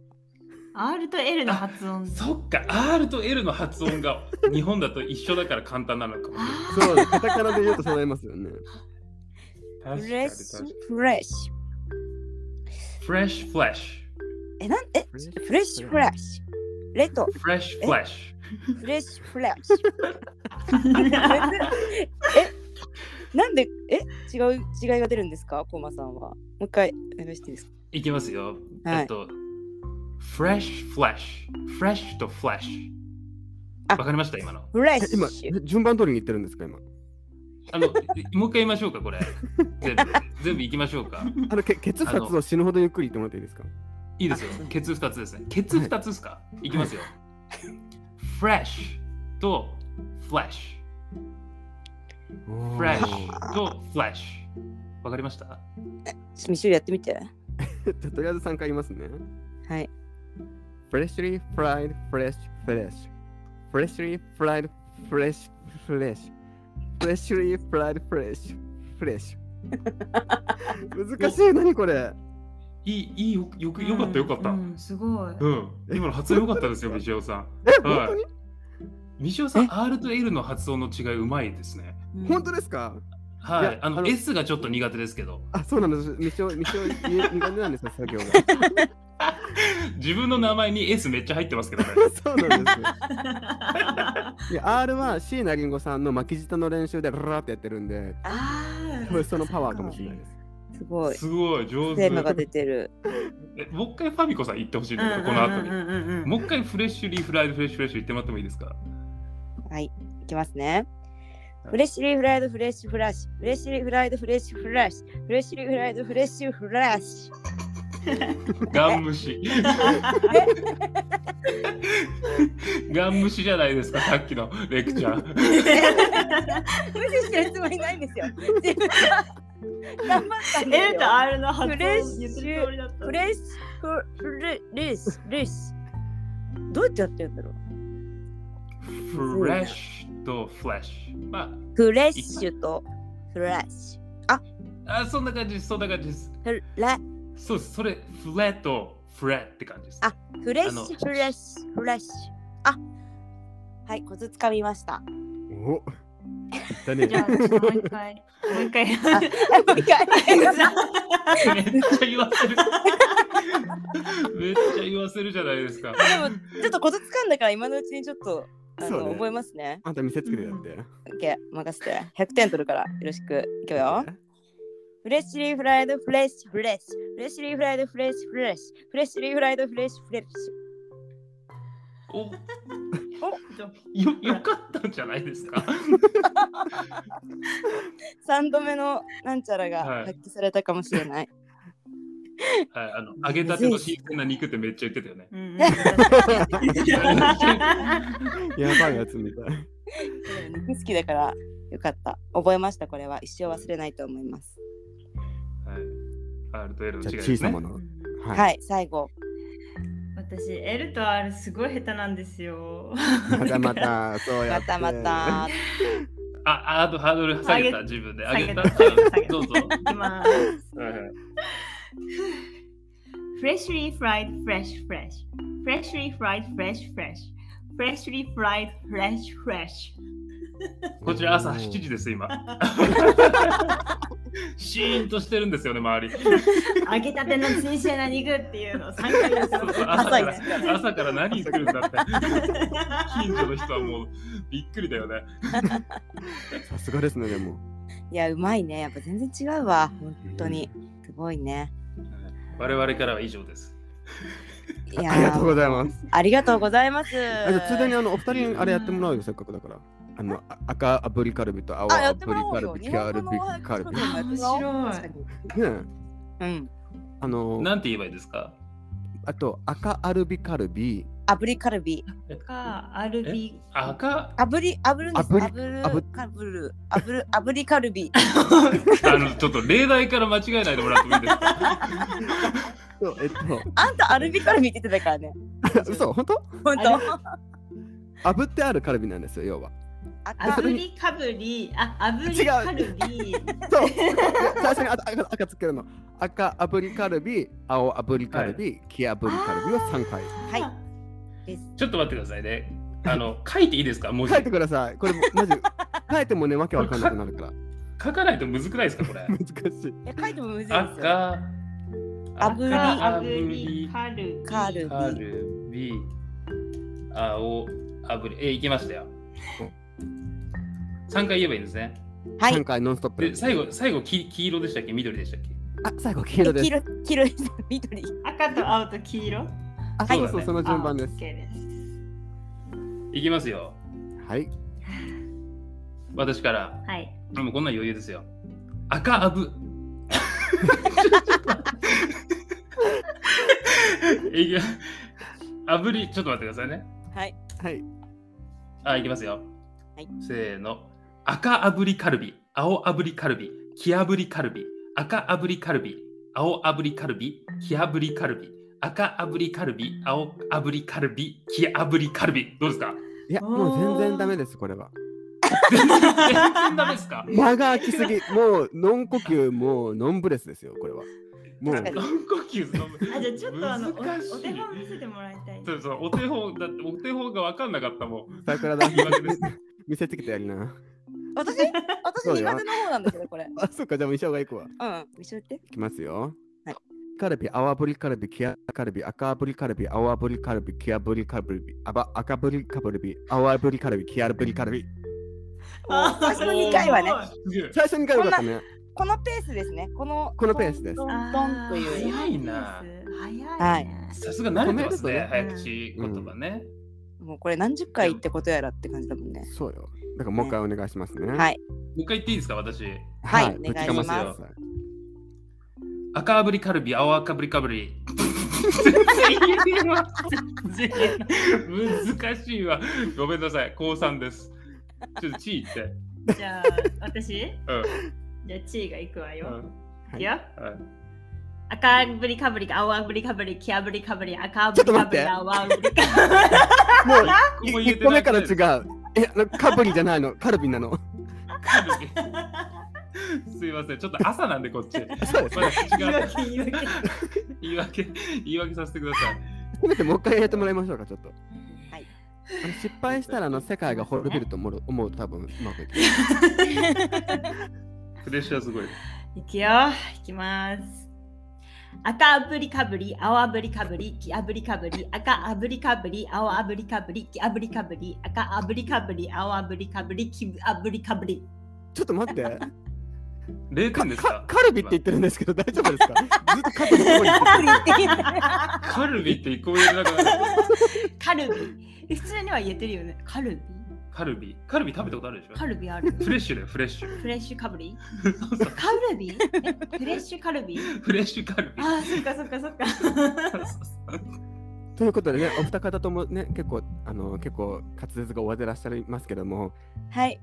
[SPEAKER 4] R と L の発音
[SPEAKER 3] そっか、R と L の発音が日本だと一緒だから簡単なのかもし
[SPEAKER 4] あー
[SPEAKER 1] そう、カタカナで言うとそうなりますよね。
[SPEAKER 3] れない。
[SPEAKER 2] フレッシュフレッシュ。
[SPEAKER 3] フレッシュフレッシ
[SPEAKER 2] え、なんえフレッシュフラッシュ。レト、
[SPEAKER 3] ュ。フレッシュフレッシ
[SPEAKER 2] フレッシュフレッシュ。えなんでえ違う違いが出るんですかコウマさんはもう一回お願いしていいですか
[SPEAKER 3] ュ。いきますよ。
[SPEAKER 2] はい
[SPEAKER 3] えっと、フレッシュフレッシュ。フレッシュとフレッシ
[SPEAKER 2] あ
[SPEAKER 3] ュ。わかりました、今の。
[SPEAKER 2] フレッ
[SPEAKER 1] え
[SPEAKER 2] シ
[SPEAKER 1] 今、
[SPEAKER 2] ュ
[SPEAKER 1] え順番通りに言ってるんですか今。
[SPEAKER 3] あの、もう一回言いましょうか、これ。全部、全部いきましょうか。
[SPEAKER 1] あの、け血
[SPEAKER 3] あ
[SPEAKER 1] 圧
[SPEAKER 3] の
[SPEAKER 1] を死ぬほどゆっくり言ってもらっていいですか
[SPEAKER 3] いいですよ。ケツ2つですね。ケツ2つですか、い、きますよ。フレッシュとフレッシュ。フレッ シュとフレッシュ。わかりました
[SPEAKER 2] ミシュルやってみて
[SPEAKER 1] ュ。じゃあとりあえず3回言いますね。
[SPEAKER 2] はい
[SPEAKER 1] フレッシュリーフライドフレッシュフレッシュ。フレッシュリーフライドフレッシュフレッシュ。フレッシュリーフライドフレッシュフレッシュ。難しい、何これ。
[SPEAKER 3] いい、いいよ、よく、よかった、よかった。う。
[SPEAKER 4] うんんすごい
[SPEAKER 3] 今の発音よかったですよ、ミシオさん。
[SPEAKER 1] え、
[SPEAKER 3] は
[SPEAKER 1] 本当に
[SPEAKER 3] い。ミシオさ
[SPEAKER 2] え
[SPEAKER 3] ん、R と L の発音の違いうまいですね。
[SPEAKER 1] 本当ですか
[SPEAKER 3] はいい
[SPEAKER 1] や。
[SPEAKER 3] あの、
[SPEAKER 1] あの
[SPEAKER 3] S がちょっと苦手ですけど、
[SPEAKER 1] あ、そうなんです。未生、未生、苦手なんですよ、作業が。
[SPEAKER 3] 自分の名前に S めっちゃ入ってますけどね。
[SPEAKER 1] そうなんです。いや R は椎名林檎さんの巻き舌の練習でララってやってるんで、
[SPEAKER 4] あ
[SPEAKER 1] 多分そのパワーかもしれないです。
[SPEAKER 2] すごい
[SPEAKER 3] すごい、上手。
[SPEAKER 2] テーマが出てる
[SPEAKER 3] えもう一回ファミコさん言ってほしいんだけど、この後に。も
[SPEAKER 4] の
[SPEAKER 3] う一回フレッシュリーフライドフレッシュフレッシュ言ってもらってもいいですか
[SPEAKER 2] はいいきますねフレッシュリーフライドフレッシュフラッシュフレッシュリーフライドフレッシュフラッシュフレッシュリーフライドフレッシュフラッシュ
[SPEAKER 3] ガン虫。ガン虫じゃないですか、さっきのレクチャー。
[SPEAKER 2] 無視してるつもりないんですよ自分は頑張ったんですよ
[SPEAKER 4] L と R の発音
[SPEAKER 2] フレッシュ
[SPEAKER 4] 言ってる通りだった
[SPEAKER 2] フレッシュフレレスレスどうやってやってるんだろう
[SPEAKER 3] フレッシュとフレッシュ。ま
[SPEAKER 2] フレッシュとフラッシュ
[SPEAKER 3] あ、あそんな感じです、そんな感じです。
[SPEAKER 2] フラ
[SPEAKER 3] そうです、それ、フレとフレって感じです。
[SPEAKER 2] あフレッ
[SPEAKER 3] あの
[SPEAKER 2] シュフレッシュフレッシュあはいコツつかみました
[SPEAKER 1] お言った
[SPEAKER 4] じゃ
[SPEAKER 1] ね
[SPEAKER 4] あ。私もう一 回もう一回
[SPEAKER 2] あもう一回
[SPEAKER 3] めっちゃ言わせる。 めっちゃ言わせるじゃないですか。
[SPEAKER 2] でもちょっとコツつかんだから今のうちにちょっとあ
[SPEAKER 1] そう
[SPEAKER 2] の、
[SPEAKER 1] ね
[SPEAKER 2] 覚えますね
[SPEAKER 1] あんた見せつけてやって。
[SPEAKER 2] OK 任せて100点取るからよろしくいくよフレッシュリーフライドフレッシュフレッシュフレッシュリーフライドフレッシュフレッシュフレッシュリーフライドフレッシュフレッシュ
[SPEAKER 3] お
[SPEAKER 4] ちょ っ
[SPEAKER 3] よよかったんじゃないです か。
[SPEAKER 2] 3度目のなんちゃら
[SPEAKER 3] はい
[SPEAKER 2] が発揮されたかもしれない、
[SPEAKER 3] はい、あの揚げたての新鮮な肉ってめっちゃ言ってたよね。
[SPEAKER 4] とうんうん
[SPEAKER 1] やばいやつみたい。
[SPEAKER 2] でも肉好きだからよかった覚えましたこれは一生忘れないと思います
[SPEAKER 3] はい。R と L の
[SPEAKER 1] じ
[SPEAKER 3] 違い
[SPEAKER 1] ゃあ、
[SPEAKER 3] で
[SPEAKER 1] 小
[SPEAKER 3] す
[SPEAKER 1] さ
[SPEAKER 3] ね
[SPEAKER 1] ま。の。
[SPEAKER 2] はい、
[SPEAKER 1] い。
[SPEAKER 2] 最後
[SPEAKER 4] 私 L と R すごい下手なんですよ。
[SPEAKER 1] またま
[SPEAKER 4] だから
[SPEAKER 1] た、そうや
[SPEAKER 2] ま
[SPEAKER 1] って。
[SPEAKER 2] たまた。
[SPEAKER 3] あ、あとハードル下げた、
[SPEAKER 4] 上
[SPEAKER 3] 自分で。
[SPEAKER 4] 下
[SPEAKER 3] 上
[SPEAKER 4] げ
[SPEAKER 3] げ
[SPEAKER 4] た
[SPEAKER 3] た。
[SPEAKER 4] 下げた
[SPEAKER 3] どうぞ。
[SPEAKER 4] いきます。
[SPEAKER 3] はいはい
[SPEAKER 4] freshly fried fresh fresh freshly fried fresh fresh freshly fried fresh fresh
[SPEAKER 3] こちら朝
[SPEAKER 1] うん
[SPEAKER 3] 7時です、今。 シーンとしてるんですよね、周り。
[SPEAKER 4] 揚げたての新鮮な肉っていうのを3回言う
[SPEAKER 3] そうそう
[SPEAKER 2] 朝
[SPEAKER 3] 朝
[SPEAKER 2] 一か
[SPEAKER 3] から
[SPEAKER 2] ら。
[SPEAKER 3] 朝から何来るんだって。近所の人はもうびっくりだよね。
[SPEAKER 1] さすがですね、でも。
[SPEAKER 2] いや、うまいね。やっぱ全然違うわ。本当に。すごいね。
[SPEAKER 3] 我々からは以上です。
[SPEAKER 2] い
[SPEAKER 1] あ
[SPEAKER 2] やー
[SPEAKER 1] ありがとうございます。
[SPEAKER 2] ありがとうございま
[SPEAKER 1] あ
[SPEAKER 2] す。
[SPEAKER 1] じゃあついでにあのお二人あれやってもらうよ、せっかくだから。あのあ赤炙りカルビと青
[SPEAKER 2] あ、やって
[SPEAKER 1] 炙
[SPEAKER 2] もらおうよ。
[SPEAKER 1] りカルビ、黄
[SPEAKER 2] 日
[SPEAKER 1] ルビカルビ。
[SPEAKER 2] 本語
[SPEAKER 1] ね
[SPEAKER 2] のやつも確
[SPEAKER 4] 面白
[SPEAKER 2] か
[SPEAKER 4] い
[SPEAKER 2] に
[SPEAKER 1] え
[SPEAKER 2] うん。
[SPEAKER 1] あの、
[SPEAKER 3] なんて言えばいいですか
[SPEAKER 1] あと赤アルビカルビ、
[SPEAKER 2] 炙りカルビ。
[SPEAKER 4] か RB
[SPEAKER 3] 赤、
[SPEAKER 2] 炙り、炙るんです。
[SPEAKER 1] 炙り
[SPEAKER 2] 炙る、炙る、炙る、炙りカルビ。
[SPEAKER 3] あの、ちょっと例題から間違えないでもらってもいいですか
[SPEAKER 1] そう えっ
[SPEAKER 2] あんたアルビカルビって言ってたからね。
[SPEAKER 1] と、嘘、本当
[SPEAKER 2] 本
[SPEAKER 4] あ
[SPEAKER 2] 当。
[SPEAKER 1] 炙ってあるカルビなんですよ、要は。
[SPEAKER 2] 赤
[SPEAKER 4] 炙りかぶりあ炙
[SPEAKER 1] 違
[SPEAKER 4] り
[SPEAKER 1] う
[SPEAKER 4] カルビ
[SPEAKER 1] そう、最初にあ赤赤つけるの。赤炙りカルビ、青炙りカルビ、黄炙りカルビを3回。
[SPEAKER 2] はい
[SPEAKER 4] あ
[SPEAKER 2] です。
[SPEAKER 3] ちょっと待ってくださいね。あの、書いていいですか文字
[SPEAKER 1] 書いてください。これ、マジ、書いてもね、わけわかんなくなるから。
[SPEAKER 3] 書かないとむずくないですか これ。
[SPEAKER 1] 難しい。
[SPEAKER 2] え、書いてもむずいですよ。
[SPEAKER 3] 赤、
[SPEAKER 2] 炙り
[SPEAKER 3] 赤
[SPEAKER 4] 炙りカルビ
[SPEAKER 2] カル
[SPEAKER 3] カ
[SPEAKER 2] ビ。
[SPEAKER 3] ルビ、青、炙り。え、いけましたよ。3回言えばいいんですね。
[SPEAKER 2] はい
[SPEAKER 1] 3。回ノンストップ
[SPEAKER 3] で、
[SPEAKER 1] です。
[SPEAKER 3] 最後、最後き黄色でしたっけ緑でしたっけ
[SPEAKER 1] あ、最後、黄
[SPEAKER 2] 黄
[SPEAKER 1] 色です。
[SPEAKER 2] 色、黄色い、緑。
[SPEAKER 4] 赤と青と黄色
[SPEAKER 1] あ、
[SPEAKER 3] はい
[SPEAKER 1] そうそう、その順番で
[SPEAKER 4] あ
[SPEAKER 1] す。
[SPEAKER 4] OK
[SPEAKER 3] いきますよ。
[SPEAKER 1] はい。
[SPEAKER 3] 私から。
[SPEAKER 4] はい
[SPEAKER 3] もうこんなん余裕ですよ。赤アブ。いき炙り、ちょっと待ってくださいね。
[SPEAKER 2] はい。
[SPEAKER 1] はい。
[SPEAKER 3] あ、いきますよ。
[SPEAKER 2] はい
[SPEAKER 3] せーの。赤炙りカルビ、青炙りカルビ、黄炙りカルビ、赤炙りカルビ、青炙りカルビ、黄炙りカルビ、赤炙りカルビ、青炙りカルビ、黄炙りカルビ。どうですか
[SPEAKER 1] いや、もう全然ダメです、これは。
[SPEAKER 3] 全然ダメです か
[SPEAKER 1] 間が空きすぎ、もう、ノン呼吸、もう、ノンブレスですよ、これは。も
[SPEAKER 2] 確か
[SPEAKER 1] う
[SPEAKER 2] に、
[SPEAKER 3] ノン呼吸の
[SPEAKER 4] あじゃあちょっとあのお
[SPEAKER 3] 難しい
[SPEAKER 4] お手本見せてもらいたい
[SPEAKER 3] そうそう、お手本、だってお手本が分かんなかっ たもん。
[SPEAKER 1] 桜田
[SPEAKER 3] 言い訳です。
[SPEAKER 1] 見せてきてやりな。
[SPEAKER 2] 私、私
[SPEAKER 1] そう
[SPEAKER 2] 苦手
[SPEAKER 1] よ
[SPEAKER 2] な方なんだけど、これ。
[SPEAKER 1] あ、そうか、じゃあ、もう一生がいくわ。
[SPEAKER 2] うん。一緒言って。
[SPEAKER 1] いきますよ。
[SPEAKER 2] はい
[SPEAKER 1] カルビ、青炙りカルビ、黄炙りカルビ、赤炙りカルビ、青炙りカルビ、黄炙りカルビ、あば赤炙りカルビ、青炙りカルビ、黄炙りカルビ。
[SPEAKER 4] あ
[SPEAKER 2] 最初の2回はね、
[SPEAKER 3] すげえ
[SPEAKER 1] 最初に回よかったね。
[SPEAKER 2] このペースですね。この、
[SPEAKER 1] このペースです
[SPEAKER 2] ト
[SPEAKER 4] ト
[SPEAKER 2] ントンという。
[SPEAKER 3] 早いな
[SPEAKER 4] 早いね、
[SPEAKER 2] はい
[SPEAKER 3] さすが慣れてますね、
[SPEAKER 1] 褒
[SPEAKER 4] める
[SPEAKER 3] 早
[SPEAKER 4] とね
[SPEAKER 3] 口言葉ね。
[SPEAKER 2] もうこれ何十回ってことやらって感じだもんね。
[SPEAKER 1] そうよ。だからもう一回お願いしますね。
[SPEAKER 2] はい。
[SPEAKER 3] もう一回言っていいですか、私。
[SPEAKER 2] はいお
[SPEAKER 1] ぶ
[SPEAKER 2] 願い
[SPEAKER 1] ち
[SPEAKER 2] し
[SPEAKER 1] か
[SPEAKER 2] ます
[SPEAKER 1] ましてください
[SPEAKER 3] 赤炙りカルビ、青赤炙りカルビ。 全然言えない全然 言えない難しいわ。ごめんなさい、高三です。ちょっと地位って。
[SPEAKER 4] じゃあ私
[SPEAKER 3] うん
[SPEAKER 4] じゃあチーが行くわ
[SPEAKER 3] う
[SPEAKER 4] よ、
[SPEAKER 3] ん
[SPEAKER 1] はい
[SPEAKER 4] いくよ
[SPEAKER 3] はい
[SPEAKER 4] 赤ぶりかぶり青ぶりかぶり黄ぶりかぶり赤
[SPEAKER 1] ちょ
[SPEAKER 4] ぶ
[SPEAKER 1] っ
[SPEAKER 4] り
[SPEAKER 1] と
[SPEAKER 4] か
[SPEAKER 1] 待っ
[SPEAKER 4] ぶり
[SPEAKER 1] て
[SPEAKER 4] 青ぶりか
[SPEAKER 1] もう
[SPEAKER 3] 一個も言え
[SPEAKER 1] 1個
[SPEAKER 3] てな
[SPEAKER 1] 目
[SPEAKER 3] い
[SPEAKER 1] から違う。え、あのカブリじゃないの、 カルビなの。
[SPEAKER 3] カルビ すいません、ちょっと朝なんでこっち。
[SPEAKER 1] そうです。
[SPEAKER 3] まだ違
[SPEAKER 4] 言いう訳言い訳
[SPEAKER 3] 言い訳、言い訳させてください。
[SPEAKER 1] せめてもう一回やってもらいましょうか、ちょっと。
[SPEAKER 2] はい
[SPEAKER 1] あの失敗したらあの世界が滅びると思う思うと多分うまくいく。
[SPEAKER 3] プレッシャーすごい。
[SPEAKER 4] いくよいきます赤ぶりかぶり青ぶりかぶり黄ぶりかぶり赤ぶりかぶり青ぶりかぶり黄ぶりかぶり赤ぶりかぶり青ぶりかぶり黄ぶりか ぶり
[SPEAKER 1] ちょっと 待って。
[SPEAKER 3] 0
[SPEAKER 1] か
[SPEAKER 3] 点です
[SPEAKER 1] か
[SPEAKER 3] か
[SPEAKER 1] カルビって言ってるんですけど大丈夫ですか ずっとカルビって言ってる
[SPEAKER 3] カルビって一個も言えてなかった。
[SPEAKER 4] カルビ普通には言えてるよねカルビ
[SPEAKER 3] カルビ。カルビ食べたことあるでし
[SPEAKER 4] カ
[SPEAKER 3] ょ
[SPEAKER 4] ルビある
[SPEAKER 3] フレッシュだよ、フレッシ ュ。
[SPEAKER 4] フレッシュカブリカル ビえフレッシュカルビ
[SPEAKER 3] フレッシュカルビ。
[SPEAKER 4] ああ、そっかそっかそっか。
[SPEAKER 3] そうそうそう
[SPEAKER 1] ということでね、お二方ともね、結構、あの、結構滑舌がおわでらっしゃいますけども、
[SPEAKER 2] はい。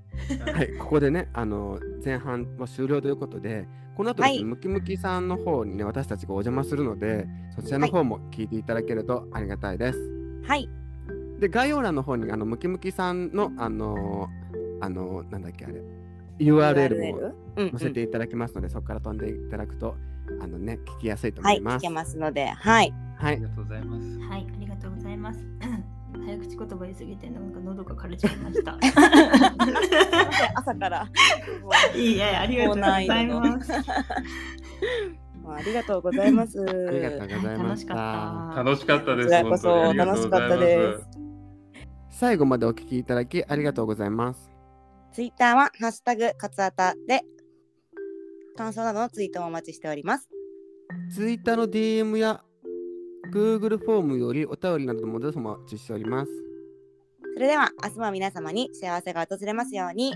[SPEAKER 1] はい、ここでね、あの、前半は終了ということで、この後ですね、
[SPEAKER 2] はい
[SPEAKER 1] ムキムキさんの方にね、私たちがお邪魔するので、そちらの方も聞いていただけるとありがたいです。
[SPEAKER 2] はい。
[SPEAKER 1] で、概要欄の方に、あの、ムキムキさんの、あの、あの、なんだっけ、あれ、URL も
[SPEAKER 2] URL うん、
[SPEAKER 1] 載
[SPEAKER 2] う
[SPEAKER 1] せ
[SPEAKER 2] ん。
[SPEAKER 1] ていただきますので、そこから飛んでいただくと、あのね、聞きやすいと思
[SPEAKER 2] はい。
[SPEAKER 1] いま
[SPEAKER 2] 聞
[SPEAKER 1] す。
[SPEAKER 2] けますので、 はい。
[SPEAKER 1] は
[SPEAKER 3] あり
[SPEAKER 1] い、
[SPEAKER 3] がとうございます。
[SPEAKER 4] はい、ありがとうござい ます。早口言葉言いすぎて、なんか喉が枯れちゃいました。
[SPEAKER 2] 朝から。
[SPEAKER 4] いいえ、ありがとうございます。
[SPEAKER 2] もうありがとうございます。
[SPEAKER 1] ありがとうございま
[SPEAKER 4] 楽
[SPEAKER 1] し。
[SPEAKER 4] したかった。
[SPEAKER 3] 楽しかったです。
[SPEAKER 2] こちらこ
[SPEAKER 3] 本当
[SPEAKER 2] そ
[SPEAKER 3] にありが
[SPEAKER 2] 楽し
[SPEAKER 3] とう
[SPEAKER 2] か
[SPEAKER 3] ござ
[SPEAKER 2] っ
[SPEAKER 3] い
[SPEAKER 2] た
[SPEAKER 3] ま
[SPEAKER 2] です。
[SPEAKER 1] 最後までお聞きいただきありがとうございます。
[SPEAKER 2] ツイッターはハッシュタグカツアタで感想などのツイートもお待ちしております。
[SPEAKER 1] ツイッターの DM や Google フォームよりお便りなどもどうぞお待ちしております。
[SPEAKER 2] それでは明日も皆様に幸せが訪れますように。